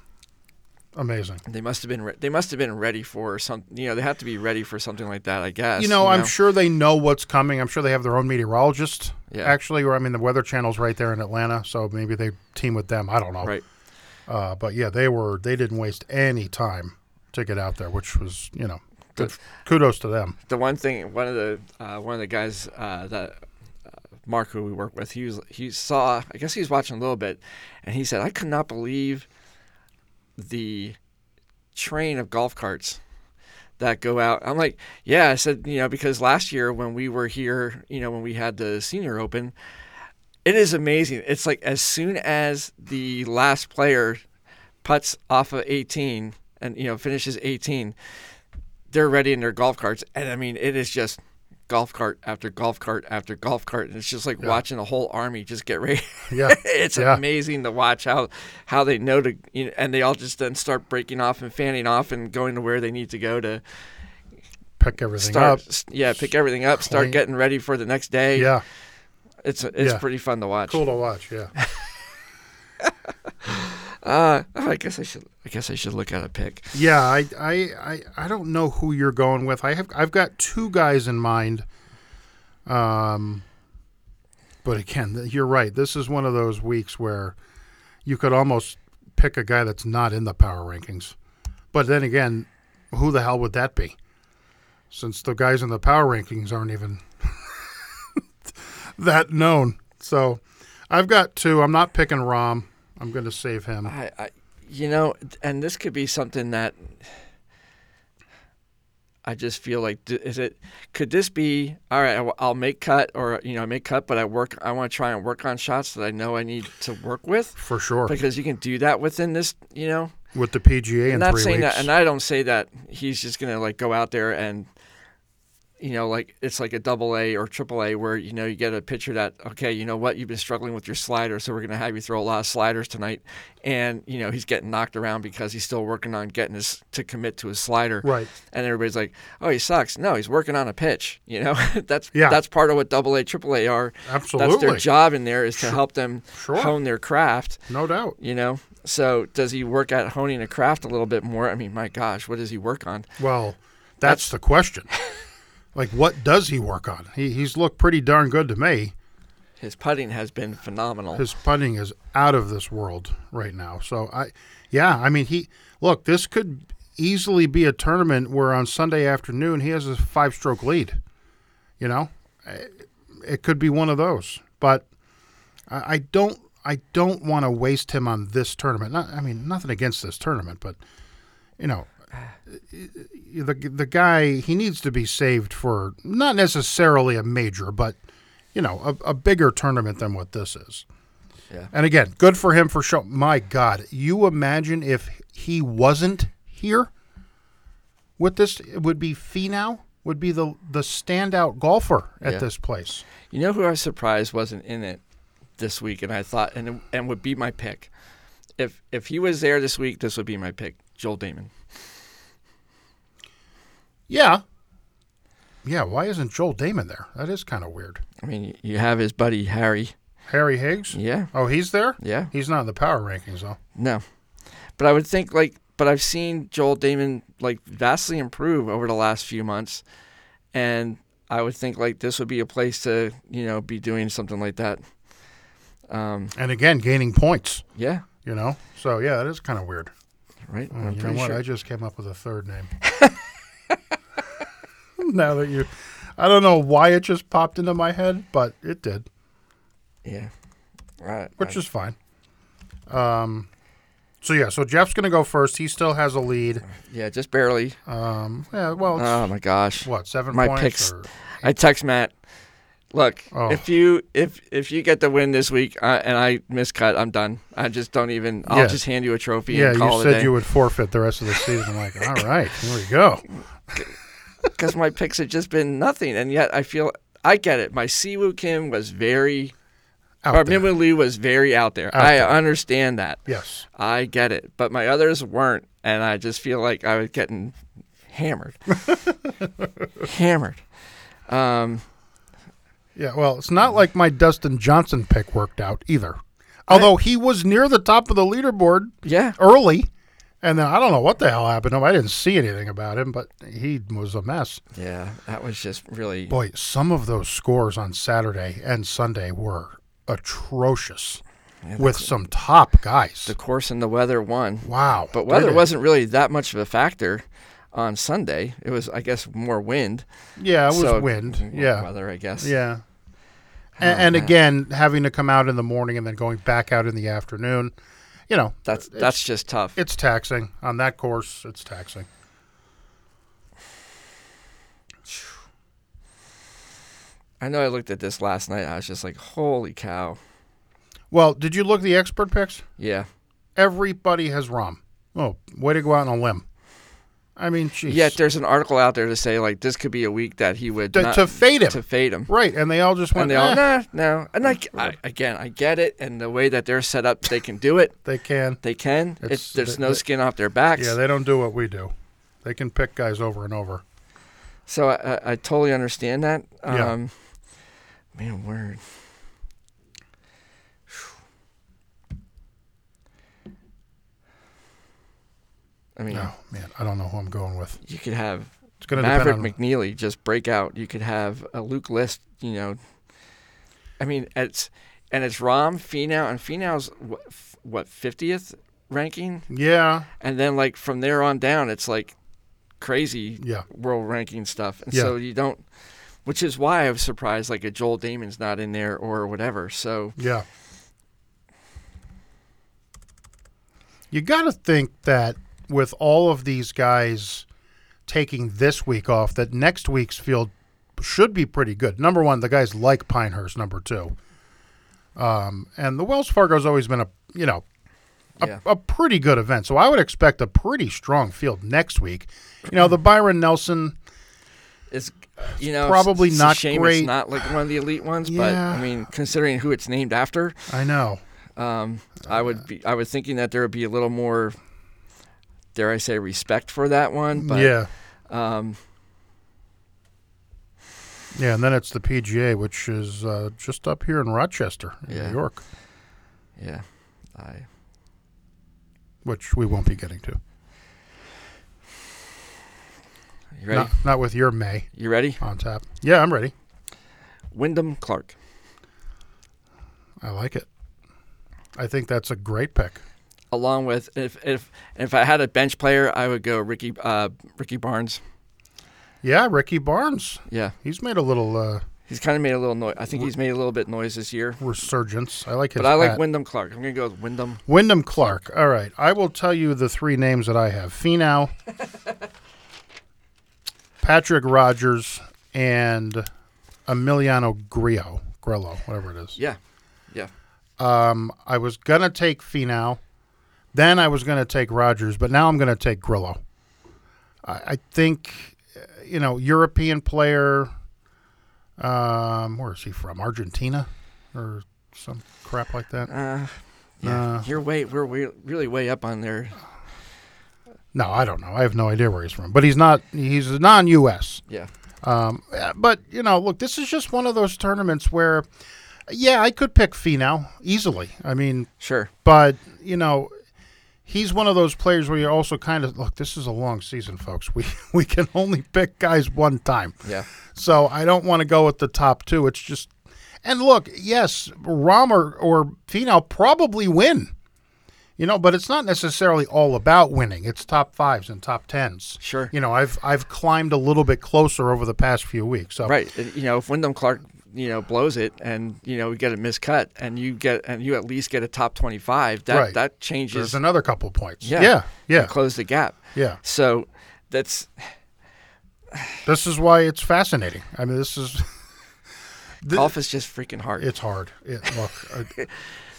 [SPEAKER 2] Amazing.
[SPEAKER 1] They must have been re- they must have been ready for some. You know, they have to be ready for something like that. I guess.
[SPEAKER 2] You know, I'm sure they know what's coming. I'm sure they have their own meteorologist,
[SPEAKER 1] Yeah.
[SPEAKER 2] actually, or I mean, the Weather Channel's right there in Atlanta, so maybe they team with them. I don't know.
[SPEAKER 1] Right.
[SPEAKER 2] Uh, but yeah, they were, they didn't waste any time to get out there, which was, you know,
[SPEAKER 1] the,
[SPEAKER 2] Kudos to them.
[SPEAKER 1] the one thing one of the uh, one of the guys uh, that uh, Mark who we work with he was he saw I guess he was watching a little bit and he said I could not believe the train of golf carts that go out I'm like yeah I said you know because last year when we were here you know when we had the senior open it is amazing it's like as soon as the last player putts off of 18 and you know finishes 18 they're ready in their golf carts and i mean it is just golf cart after golf cart after golf cart and it's just like watching a whole army just get ready
[SPEAKER 2] Yeah.
[SPEAKER 1] it's
[SPEAKER 2] Yeah.
[SPEAKER 1] amazing to watch how how they know to you know, and they all just then start breaking off and fanning off and going to where they need to go to
[SPEAKER 2] Pick everything
[SPEAKER 1] start
[SPEAKER 2] up.
[SPEAKER 1] s- yeah pick everything up start
[SPEAKER 2] clean.
[SPEAKER 1] getting ready for the next day
[SPEAKER 2] Yeah.
[SPEAKER 1] it's it's
[SPEAKER 2] Yeah.
[SPEAKER 1] pretty fun to watch
[SPEAKER 2] Cool to watch. Yeah.
[SPEAKER 1] uh oh, i guess i should i guess i should look at a pick
[SPEAKER 2] Yeah, I, I, I, I don't know who you're going with. I have I've got two guys in mind. Um, but again, th- you're right. This is one of those weeks where you could almost pick a guy that's not in the power rankings. But then again, who the hell would that be? Since the guys in the power rankings aren't even that known. So I've got two. I'm not picking Rom. I'm going to save him.
[SPEAKER 1] I, I, you know, and this could be something that I just feel like d- is it could this be all right? I w- I'll make cut or you know I make cut, but I work. I want to try and work on shots that I know I need to work with
[SPEAKER 2] For sure,
[SPEAKER 1] because you can do that within this. You know,
[SPEAKER 2] with the PGA in
[SPEAKER 1] not
[SPEAKER 2] three
[SPEAKER 1] saying
[SPEAKER 2] weeks.
[SPEAKER 1] that, and I don't say that he's just gonna like go out there and. You know, like it's like a double A or triple A where, you know, you get a picture that, okay, you know what, you've been struggling with your slider, so we're going to have you throw a lot of sliders tonight. And, you know, he's getting knocked around because he's still working on getting his to commit to his slider.
[SPEAKER 2] Right.
[SPEAKER 1] And everybody's like, oh, he sucks. No, he's working on a pitch. You know, that's
[SPEAKER 2] Yeah.
[SPEAKER 1] that's part of what double A, triple A are. That's their
[SPEAKER 2] Absolutely.
[SPEAKER 1] job in there is to help them
[SPEAKER 2] Sure.
[SPEAKER 1] hone their craft
[SPEAKER 2] No doubt.
[SPEAKER 1] you know so does he work at honing a craft a little bit more i mean my gosh what does he work on
[SPEAKER 2] Well, that's, the question. like, what does he work on? He, he's looked pretty darn good to me.
[SPEAKER 1] his putting has been phenomenal
[SPEAKER 2] His putting is out of this world right now. So I, yeah, I mean, he look. This could easily be a tournament where on Sunday afternoon he has a five-stroke lead. You know, I- it could be one of those. But I, I don't. I don't want to waste him on this tournament. Not, I mean, nothing against this tournament, but you know, the the guy he needs to be saved for not necessarily a major, but you know, a, a bigger tournament than what this is.
[SPEAKER 1] Yeah.
[SPEAKER 2] And again, good for him for show. My God, you imagine if he wasn't here with this, it would be Finau would be the the standout golfer at
[SPEAKER 1] Yeah.
[SPEAKER 2] this place.
[SPEAKER 1] you know who i was surprised wasn't in it this week and i thought and it- and would be my pick if if he was there this week this would be my pick joel damon
[SPEAKER 2] Yeah. Yeah, why isn't Joel Damon there? That is kind of weird.
[SPEAKER 1] i mean you have his buddy harry
[SPEAKER 2] Harry Higgs?
[SPEAKER 1] yeah
[SPEAKER 2] Oh, he's there?
[SPEAKER 1] yeah
[SPEAKER 2] He's not in the power rankings though.
[SPEAKER 1] no but i would think like but i've seen joel damon like vastly improve over the last few months and i would think like this would be a place to you know be doing something like that um
[SPEAKER 2] And again, gaining points,
[SPEAKER 1] Yeah,
[SPEAKER 2] you know? So yeah, that is kind of weird.
[SPEAKER 1] right.
[SPEAKER 2] Oh,
[SPEAKER 1] I'm
[SPEAKER 2] you know
[SPEAKER 1] pretty
[SPEAKER 2] what?
[SPEAKER 1] sure.
[SPEAKER 2] I just came up with a third name. now that you, I don't know why it just popped into my head, but it did,
[SPEAKER 1] yeah. Right.
[SPEAKER 2] which is fine. Um, so yeah, so Jeff's gonna go first. He still has a lead.
[SPEAKER 1] Uh, yeah, just barely.
[SPEAKER 2] Um, yeah, well, it's,
[SPEAKER 1] Oh my gosh.
[SPEAKER 2] what seven
[SPEAKER 1] my
[SPEAKER 2] points?
[SPEAKER 1] picks-
[SPEAKER 2] or-
[SPEAKER 1] I text Matt. Look,
[SPEAKER 2] Oh.
[SPEAKER 1] if you if if you get the win this week uh, and I miscut, I'm done. I just don't even. I'll
[SPEAKER 2] Yeah.
[SPEAKER 1] just hand you a trophy
[SPEAKER 2] yeah,
[SPEAKER 1] and call
[SPEAKER 2] you
[SPEAKER 1] it
[SPEAKER 2] said you would forfeit the rest of the season. I'm like, all right, here we go.
[SPEAKER 1] because my picks have just been nothing, and yet I feel I get it. My Siwoo Kim was very,
[SPEAKER 2] Out
[SPEAKER 1] or
[SPEAKER 2] there.
[SPEAKER 1] Minwoo Lee was very out there.
[SPEAKER 2] Out
[SPEAKER 1] I
[SPEAKER 2] there.
[SPEAKER 1] understand that.
[SPEAKER 2] Yes,
[SPEAKER 1] I get it, but my others weren't, and I just feel like I was getting hammered, hammered. Um,
[SPEAKER 2] yeah. Well, it's not like my Dustin Johnson pick worked out either. Although he was near the top of the leaderboard
[SPEAKER 1] yeah,
[SPEAKER 2] early. And then I don't know what the hell happened to him. I didn't see anything about him, but he was a mess.
[SPEAKER 1] yeah, that was just really.
[SPEAKER 2] Boy, some of those scores on Saturday and Sunday were atrocious with some top guys.
[SPEAKER 1] The course and the weather won,
[SPEAKER 2] wow.
[SPEAKER 1] but weather
[SPEAKER 2] did it.
[SPEAKER 1] wasn't really that much of a factor. on Sunday. It was, I guess, more wind.
[SPEAKER 2] Yeah, it was
[SPEAKER 1] So-
[SPEAKER 2] wind.
[SPEAKER 1] w-
[SPEAKER 2] Yeah.
[SPEAKER 1] weather, I guess.
[SPEAKER 2] Yeah. A-
[SPEAKER 1] Oh,
[SPEAKER 2] And, and
[SPEAKER 1] man.
[SPEAKER 2] again, having to come out in the morning and then going back out in the afternoon, you know,
[SPEAKER 1] that's that's just tough.
[SPEAKER 2] it's taxing. On that course, it's taxing.
[SPEAKER 1] I know. I looked at this last night. I was just like, holy cow.
[SPEAKER 2] Well, did you look at the expert picks?
[SPEAKER 1] Yeah.
[SPEAKER 2] Everybody has Rom. Oh, way to go out on a limb. I mean, jeez.
[SPEAKER 1] Yet there's an article out there to say like this could be a week that he would
[SPEAKER 2] to,
[SPEAKER 1] not,
[SPEAKER 2] to fade him.
[SPEAKER 1] to fade him.
[SPEAKER 2] right, and they all just went,
[SPEAKER 1] And they all
[SPEAKER 2] "Eh,
[SPEAKER 1] nah, no. And like I, again, I get it. And the way that they're set up, they can do it.
[SPEAKER 2] they can.
[SPEAKER 1] They can.
[SPEAKER 2] It's-
[SPEAKER 1] It's, there's
[SPEAKER 2] they-
[SPEAKER 1] no
[SPEAKER 2] they-
[SPEAKER 1] skin off their backs.
[SPEAKER 2] Yeah, they don't do what we do. They can pick guys over and over.
[SPEAKER 1] so I, I, I totally understand that.
[SPEAKER 2] Yeah.
[SPEAKER 1] Um, Man, word. I mean,
[SPEAKER 2] Oh, man, I don't know who I'm going with.
[SPEAKER 1] you could have
[SPEAKER 2] It's going to
[SPEAKER 1] Maverick
[SPEAKER 2] depend on.
[SPEAKER 1] McNeely just break out. You could have a Luke List, you know. I mean, it's and it's Rom, Finau, and Finau's what, f- what 50th ranking,
[SPEAKER 2] yeah,
[SPEAKER 1] and then like from there on down, it's like crazy
[SPEAKER 2] yeah.
[SPEAKER 1] world ranking stuff, and
[SPEAKER 2] Yeah.
[SPEAKER 1] so you don't. Which is why I was surprised, like a Joel Damon's not in there or whatever. So
[SPEAKER 2] Yeah. You got to think that with all of these guys taking this week off, that next week's field should be pretty good. Number one, the guys like Pinehurst. Number two, um, and the Wells Fargo's always been a you know a,
[SPEAKER 1] Yeah.
[SPEAKER 2] a pretty good event. So I would expect a pretty strong field next week. You know, the Byron Nelson.
[SPEAKER 1] it's you know
[SPEAKER 2] Probably
[SPEAKER 1] it's, it's
[SPEAKER 2] not
[SPEAKER 1] a shame
[SPEAKER 2] great.
[SPEAKER 1] It's not like one of the elite ones, but
[SPEAKER 2] Yeah.
[SPEAKER 1] I mean, considering who it's named after,
[SPEAKER 2] I know.
[SPEAKER 1] Um, I would be I was thinking that there would be a little more, dare I say, respect for that one. But
[SPEAKER 2] yeah.
[SPEAKER 1] um,
[SPEAKER 2] Yeah, and then it's the PGA, which is uh, just up here in Rochester, in
[SPEAKER 1] Yeah.
[SPEAKER 2] New York,
[SPEAKER 1] yeah, I
[SPEAKER 2] which we won't be getting to.
[SPEAKER 1] you ready?
[SPEAKER 2] Not, not with your May
[SPEAKER 1] You ready?
[SPEAKER 2] on tap. Yeah, I'm ready.
[SPEAKER 1] Wyndham Clark.
[SPEAKER 2] I like it. I think that's a great pick.
[SPEAKER 1] Along with if if if I had a bench player, I would go Ricky uh, Ricky Barnes.
[SPEAKER 2] Yeah, Ricky Barnes.
[SPEAKER 1] Yeah,
[SPEAKER 2] He's made a little uh,
[SPEAKER 1] he's kind of made a little noise. I think he's made a little bit noise this year.
[SPEAKER 2] resurgence. I like his.
[SPEAKER 1] But I like
[SPEAKER 2] hat.
[SPEAKER 1] Wyndham Clark. I'm gonna go with Wyndham.
[SPEAKER 2] Wyndham Clark. All right, I will tell you the three names that I have: Finau, Patrick Rogers, and Emiliano Grillo. Grillo, whatever it is.
[SPEAKER 1] Yeah, yeah.
[SPEAKER 2] Um, I was gonna take Finau, then I was gonna take Rogers, but now I'm gonna take Grillo. I, I think, uh, you know, European player. Um, where is he from? Argentina, or some crap like that.
[SPEAKER 1] Uh, yeah,
[SPEAKER 2] Uh,
[SPEAKER 1] you're way we're way, really way up on there.
[SPEAKER 2] No, I don't know. I have no idea where he's from, but he's not. He's a non-U.S.
[SPEAKER 1] Yeah,
[SPEAKER 2] Um, uh, but you know, look, this is just one of those tournaments where, yeah, I could pick Finau easily. I mean,
[SPEAKER 1] sure.
[SPEAKER 2] but you know he's one of those players where you're also kind of look this is a long season folks we we can only pick guys one time
[SPEAKER 1] Yeah,
[SPEAKER 2] so i don't want to go with the top two it's just and look yes rom or, or Finau probably win you know but it's not necessarily all about winning it's top fives and top tens
[SPEAKER 1] Sure.
[SPEAKER 2] you know i've i've climbed a little bit closer over the past few weeks so
[SPEAKER 1] Right. And, You know, if Wyndham Clark, you know, blows it and, you know, we get a miscut and you get and you at least get a top 25, that
[SPEAKER 2] Right.
[SPEAKER 1] that
[SPEAKER 2] there's
[SPEAKER 1] changes
[SPEAKER 2] another couple points
[SPEAKER 1] Yeah.
[SPEAKER 2] yeah yeah,
[SPEAKER 1] and close the gap.
[SPEAKER 2] yeah.
[SPEAKER 1] So that's
[SPEAKER 2] this is why it's fascinating i mean this is Th-
[SPEAKER 1] golf is just freaking hard.
[SPEAKER 2] It's hard. It, look, uh,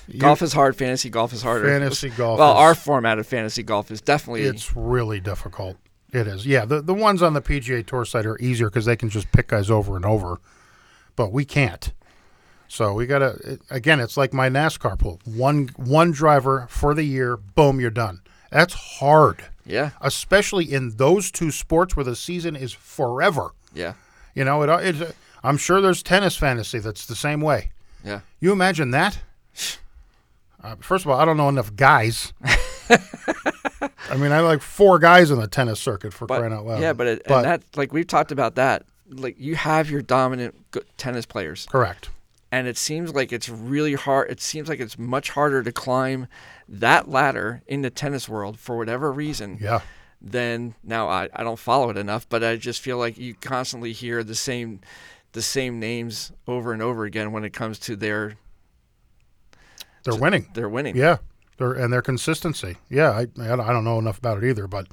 [SPEAKER 2] you-
[SPEAKER 1] golf is hard, fantasy golf is harder.
[SPEAKER 2] fantasy golf.
[SPEAKER 1] well,
[SPEAKER 2] is,
[SPEAKER 1] our format of fantasy golf is definitely
[SPEAKER 2] it's really difficult. It is. Yeah, the the ones on the PGA Tour side are easier because they can just pick guys over and over, but we can't. So we gotta. It, again, it's like my NASCAR pool. One one driver for the year. Boom, you're done. That's hard,
[SPEAKER 1] yeah.
[SPEAKER 2] especially in those two sports where the season is forever.
[SPEAKER 1] Yeah.
[SPEAKER 2] You know, it. it I'm sure there's tennis fantasy that's the same way.
[SPEAKER 1] Yeah.
[SPEAKER 2] You imagine that? Uh, first of all, I don't know enough guys. I mean, I like four guys in the tennis circuit for crying out loud.
[SPEAKER 1] yeah, but, it, and that like we've talked about that. Like you have your dominant good tennis players.
[SPEAKER 2] correct.
[SPEAKER 1] and it seems like it's really hard it seems like it's much harder to climb that ladder in the tennis world for whatever reason
[SPEAKER 2] Yeah,
[SPEAKER 1] then now I, I don't follow it enough, but I just feel like you constantly hear the same the same names over and over again when it comes to their
[SPEAKER 2] They're winning.
[SPEAKER 1] their winning.
[SPEAKER 2] Yeah, their and their consistency. Yeah, I I don't I don't know enough about it either, but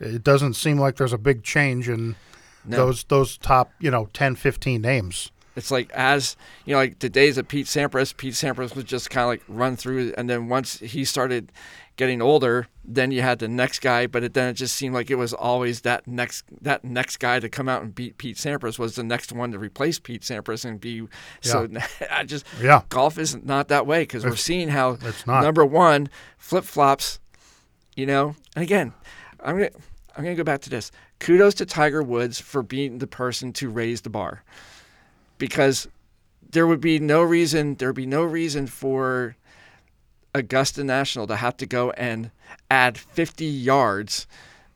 [SPEAKER 2] it doesn't seem like there's a big change in
[SPEAKER 1] No.
[SPEAKER 2] those those top you know 10, 15 names.
[SPEAKER 1] It's like as you know, like the days of Pete Sampras. Pete Sampras was just kind of like run through, and then once he started getting older, then you had the next guy. But it, then it just seemed like it was always that next that next guy to come out and beat Pete Sampras was the next one to replace Pete Sampras and be. So I just
[SPEAKER 2] Yeah.
[SPEAKER 1] golf is not that way because we're seeing how
[SPEAKER 2] it's not.
[SPEAKER 1] number one flip flops. You know, and again, I'm gonna I'm gonna go back to this. Kudos to Tiger Woods for being the person to raise the bar because there would be no reason there would be no reason for Augusta National to have to go and add 50 yards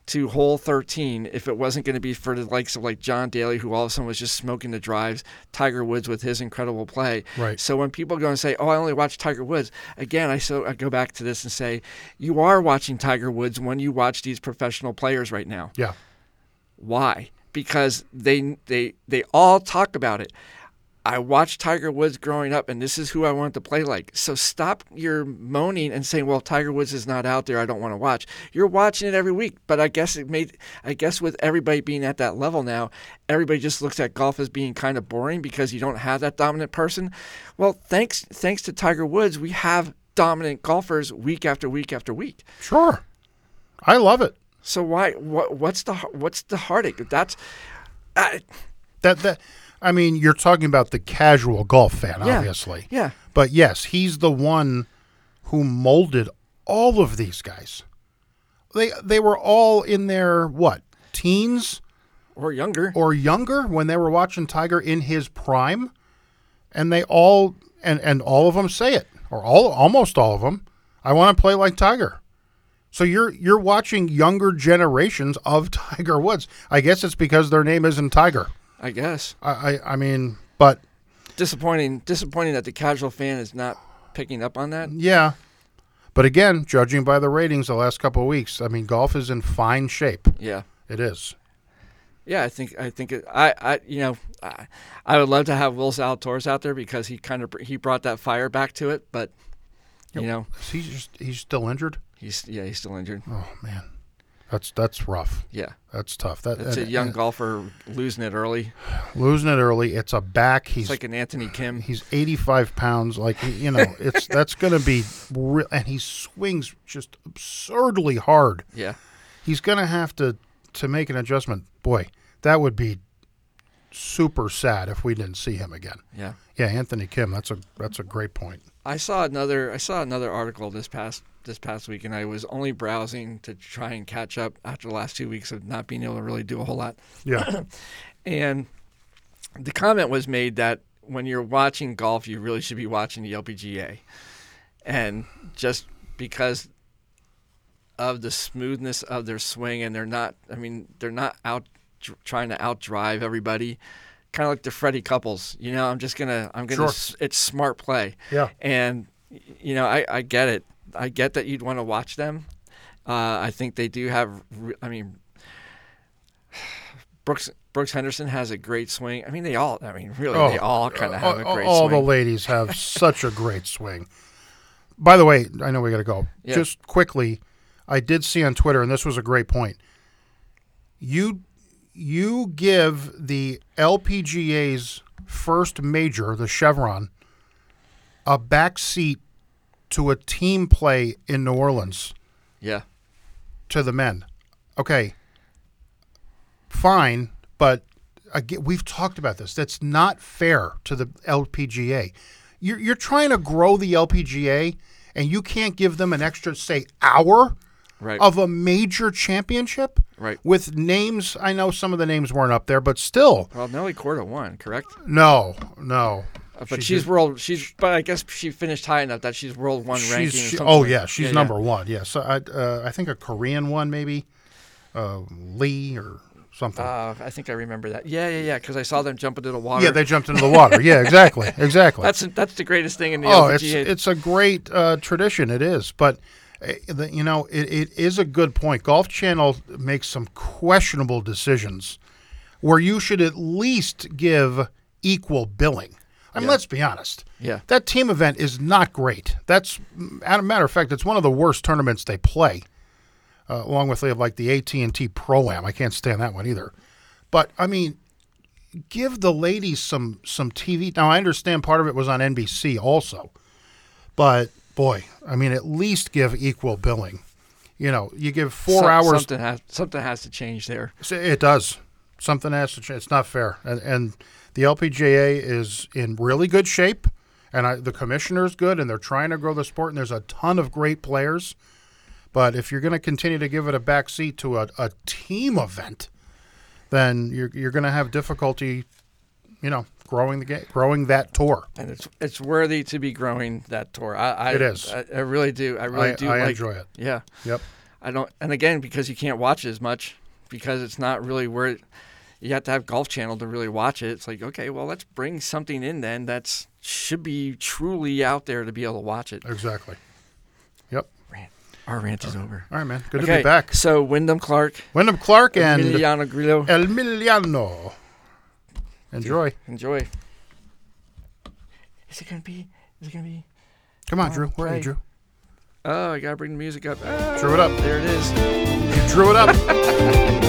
[SPEAKER 1] to hole 13 if it wasn't going to be for the likes of like John Daly who all of a sudden was just smoking the drives Tiger Woods with his incredible play
[SPEAKER 2] Right.
[SPEAKER 1] so when people go and say oh I only watch Tiger Woods again I so I go back to this and say you are watching Tiger Woods when you watch these professional players right now
[SPEAKER 2] Yeah.
[SPEAKER 1] why? Because they they they all talk about it. I watched Tiger Woods growing up, and this is who I wanted to play like. So stop your moaning and saying, "Well, Tiger Woods is not out there. I don't want to watch." You're watching it every week, but I guess it made. I guess with everybody being at that level now, everybody just looks at golf as being kind of boring because you don't have that dominant person. Well, thanks thanks to Tiger Woods, we have dominant golfers week after week after week.
[SPEAKER 2] Sure. I love it.
[SPEAKER 1] So why? What, what's the what's the heartache? That's. I,
[SPEAKER 2] That that I mean, you're talking about the casual golf fan,
[SPEAKER 1] Yeah.
[SPEAKER 2] obviously.
[SPEAKER 1] Yeah.
[SPEAKER 2] But yes, he's the one who molded all of these guys. They they were all in their what? Teens?
[SPEAKER 1] Or younger.
[SPEAKER 2] or younger when they were watching Tiger in his prime, and they all and and all of them say it, or all almost all of them. I want to play like Tiger. So you're you're watching younger generations of Tiger Woods. I guess it's because their name isn't Tiger.
[SPEAKER 1] I guess.
[SPEAKER 2] I I, I mean, but
[SPEAKER 1] Disappointing disappointing that the casual fan is not picking up on that.
[SPEAKER 2] yeah. But again, judging by the ratings the last couple of weeks, I mean, golf is in fine shape.
[SPEAKER 1] Yeah.
[SPEAKER 2] It is.
[SPEAKER 1] Yeah, I think I think it, I I you know, I, I would love to have Will Zalatoris out there because he kind of he brought that fire back to it, but you know,
[SPEAKER 2] He's just he's still injured.
[SPEAKER 1] he's yeah, he's still injured.
[SPEAKER 2] Oh man, that's that's rough.
[SPEAKER 1] Yeah.
[SPEAKER 2] That's tough. That,
[SPEAKER 1] That's a
[SPEAKER 2] and-
[SPEAKER 1] young golfer losing it early.
[SPEAKER 2] losing it early. It's a back. He's
[SPEAKER 1] It's like an Anthony Kim.
[SPEAKER 2] he's 85 pounds. Like you know, it's that's going to be real. And he swings just absurdly hard.
[SPEAKER 1] Yeah.
[SPEAKER 2] He's going to have to to make an adjustment. Boy, that would be super sad if we didn't see him again.
[SPEAKER 1] Yeah.
[SPEAKER 2] Yeah, Anthony Kim. That's a that's a great point.
[SPEAKER 1] I saw another I saw another article this past this past week and I was only browsing to try and catch up after the last two weeks of not being able to really do a whole lot.
[SPEAKER 2] Yeah,
[SPEAKER 1] And the comment was made that when you're watching golf, you really should be watching the LPGA. And just because of the smoothness of their swing, and they're not, I mean, they're not out dr- trying to outdrive everybody. Kind of like the Freddie Couples, you know, I'm just going to, I'm going
[SPEAKER 2] Sure.
[SPEAKER 1] to, it's smart play.
[SPEAKER 2] Yeah.
[SPEAKER 1] And, y- you know, I, I get it. I get that you'd want to watch them. Uh, I think they do have, re- I mean, Brooks Brooks Henderson has a great swing. I mean, they all. I mean, really,
[SPEAKER 2] Oh,
[SPEAKER 1] they all kind of have a
[SPEAKER 2] all,
[SPEAKER 1] great
[SPEAKER 2] all the
[SPEAKER 1] swing.
[SPEAKER 2] ladies have such a great swing. By the way, I know we got to go.
[SPEAKER 1] Yeah.
[SPEAKER 2] Just quickly, I did see on Twitter, and this was a great point. You you give the LPGA's first major, the Chevron, a backseat to a team play in New Orleans
[SPEAKER 1] yeah,
[SPEAKER 2] to the men. Okay, fine, but again, we've talked about this. That's not fair to the LPGA. You're, you're trying to grow the LPGA, and you can't give them an extra, say, hour
[SPEAKER 1] right.
[SPEAKER 2] of a major championship
[SPEAKER 1] Right.
[SPEAKER 2] with names. I know some of the names weren't up there, but still,
[SPEAKER 1] Well, Nelly Corda won, correct?
[SPEAKER 2] no, no.
[SPEAKER 1] Uh, But she's world. She's. But I guess she finished high enough that she's world one
[SPEAKER 2] She's-
[SPEAKER 1] ranking. or
[SPEAKER 2] she-
[SPEAKER 1] something
[SPEAKER 2] oh
[SPEAKER 1] like-
[SPEAKER 2] yeah, she's
[SPEAKER 1] yeah.
[SPEAKER 2] number one. Yeah, so I, uh, I think a Korean one maybe, uh, Lee or something.
[SPEAKER 1] Uh, I think I remember that. Yeah, yeah, yeah. Because I saw them jump into the water.
[SPEAKER 2] Yeah, they jumped into the water. Yeah, exactly, exactly.
[SPEAKER 1] That's that's the greatest thing in the
[SPEAKER 2] oh, it's
[SPEAKER 1] LPGA.
[SPEAKER 2] it's a great uh, tradition. It is, but eh, the- you know, it, it is a good point. Golf Channel makes some questionable decisions where you should at least give equal billing. I mean, let's be honest.
[SPEAKER 1] Yeah.
[SPEAKER 2] That team event is not great. That's, mm, as a matter of fact, it's one of the worst tournaments they play, uh, along with they have, like the AT and T Pro Am. I can't stand that one either. But I mean, give the ladies some some TV. Now I understand part of it was on NBC also, but boy, I mean, at least give equal billing. You know, you give four
[SPEAKER 1] Some-
[SPEAKER 2] hours
[SPEAKER 1] Something has something has to change there.
[SPEAKER 2] so It does. Something has to change. It's not fair. And, and the LPGA is in really good shape, and I, the commissioner's good, and they're trying to grow the sport, and there's a ton of great players. But if you're going to continue to give it a backseat to a, a team event, then you're, you're going to have difficulty, you know, growing the game, growing that tour.
[SPEAKER 1] and it's it's worthy to be growing that tour. I, I
[SPEAKER 2] It is.
[SPEAKER 1] I, I really do. I really
[SPEAKER 2] I,
[SPEAKER 1] do.
[SPEAKER 2] I
[SPEAKER 1] like,
[SPEAKER 2] enjoy it.
[SPEAKER 1] Yeah,
[SPEAKER 2] Yep.
[SPEAKER 1] I don't. And again, because you can't watch it as much because it's not really worth. You have to have Golf Channel to really watch it. It's like okay, well, let's bring something in then that's should be truly out there to be able to watch
[SPEAKER 2] Uh,
[SPEAKER 1] it.
[SPEAKER 2] Exactly. Yep.
[SPEAKER 1] Rant. Our rant is over.
[SPEAKER 2] All right, man. uh, Good to
[SPEAKER 1] Okay,
[SPEAKER 2] be back.
[SPEAKER 1] So Wyndham Clark
[SPEAKER 2] Wyndham Clark
[SPEAKER 1] and
[SPEAKER 2] and
[SPEAKER 1] Emiliano Grillo,
[SPEAKER 2] El Miliano. Enjoy.
[SPEAKER 1] enjoy. Is it gonna be? Is it gonna be?
[SPEAKER 2] Come on,
[SPEAKER 1] on,
[SPEAKER 2] Drew. Where are
[SPEAKER 1] play.
[SPEAKER 2] you, Drew?
[SPEAKER 1] Oh, I gotta bring the music up. Ah,
[SPEAKER 2] Drew it up.
[SPEAKER 1] There it is.
[SPEAKER 2] You drew it up.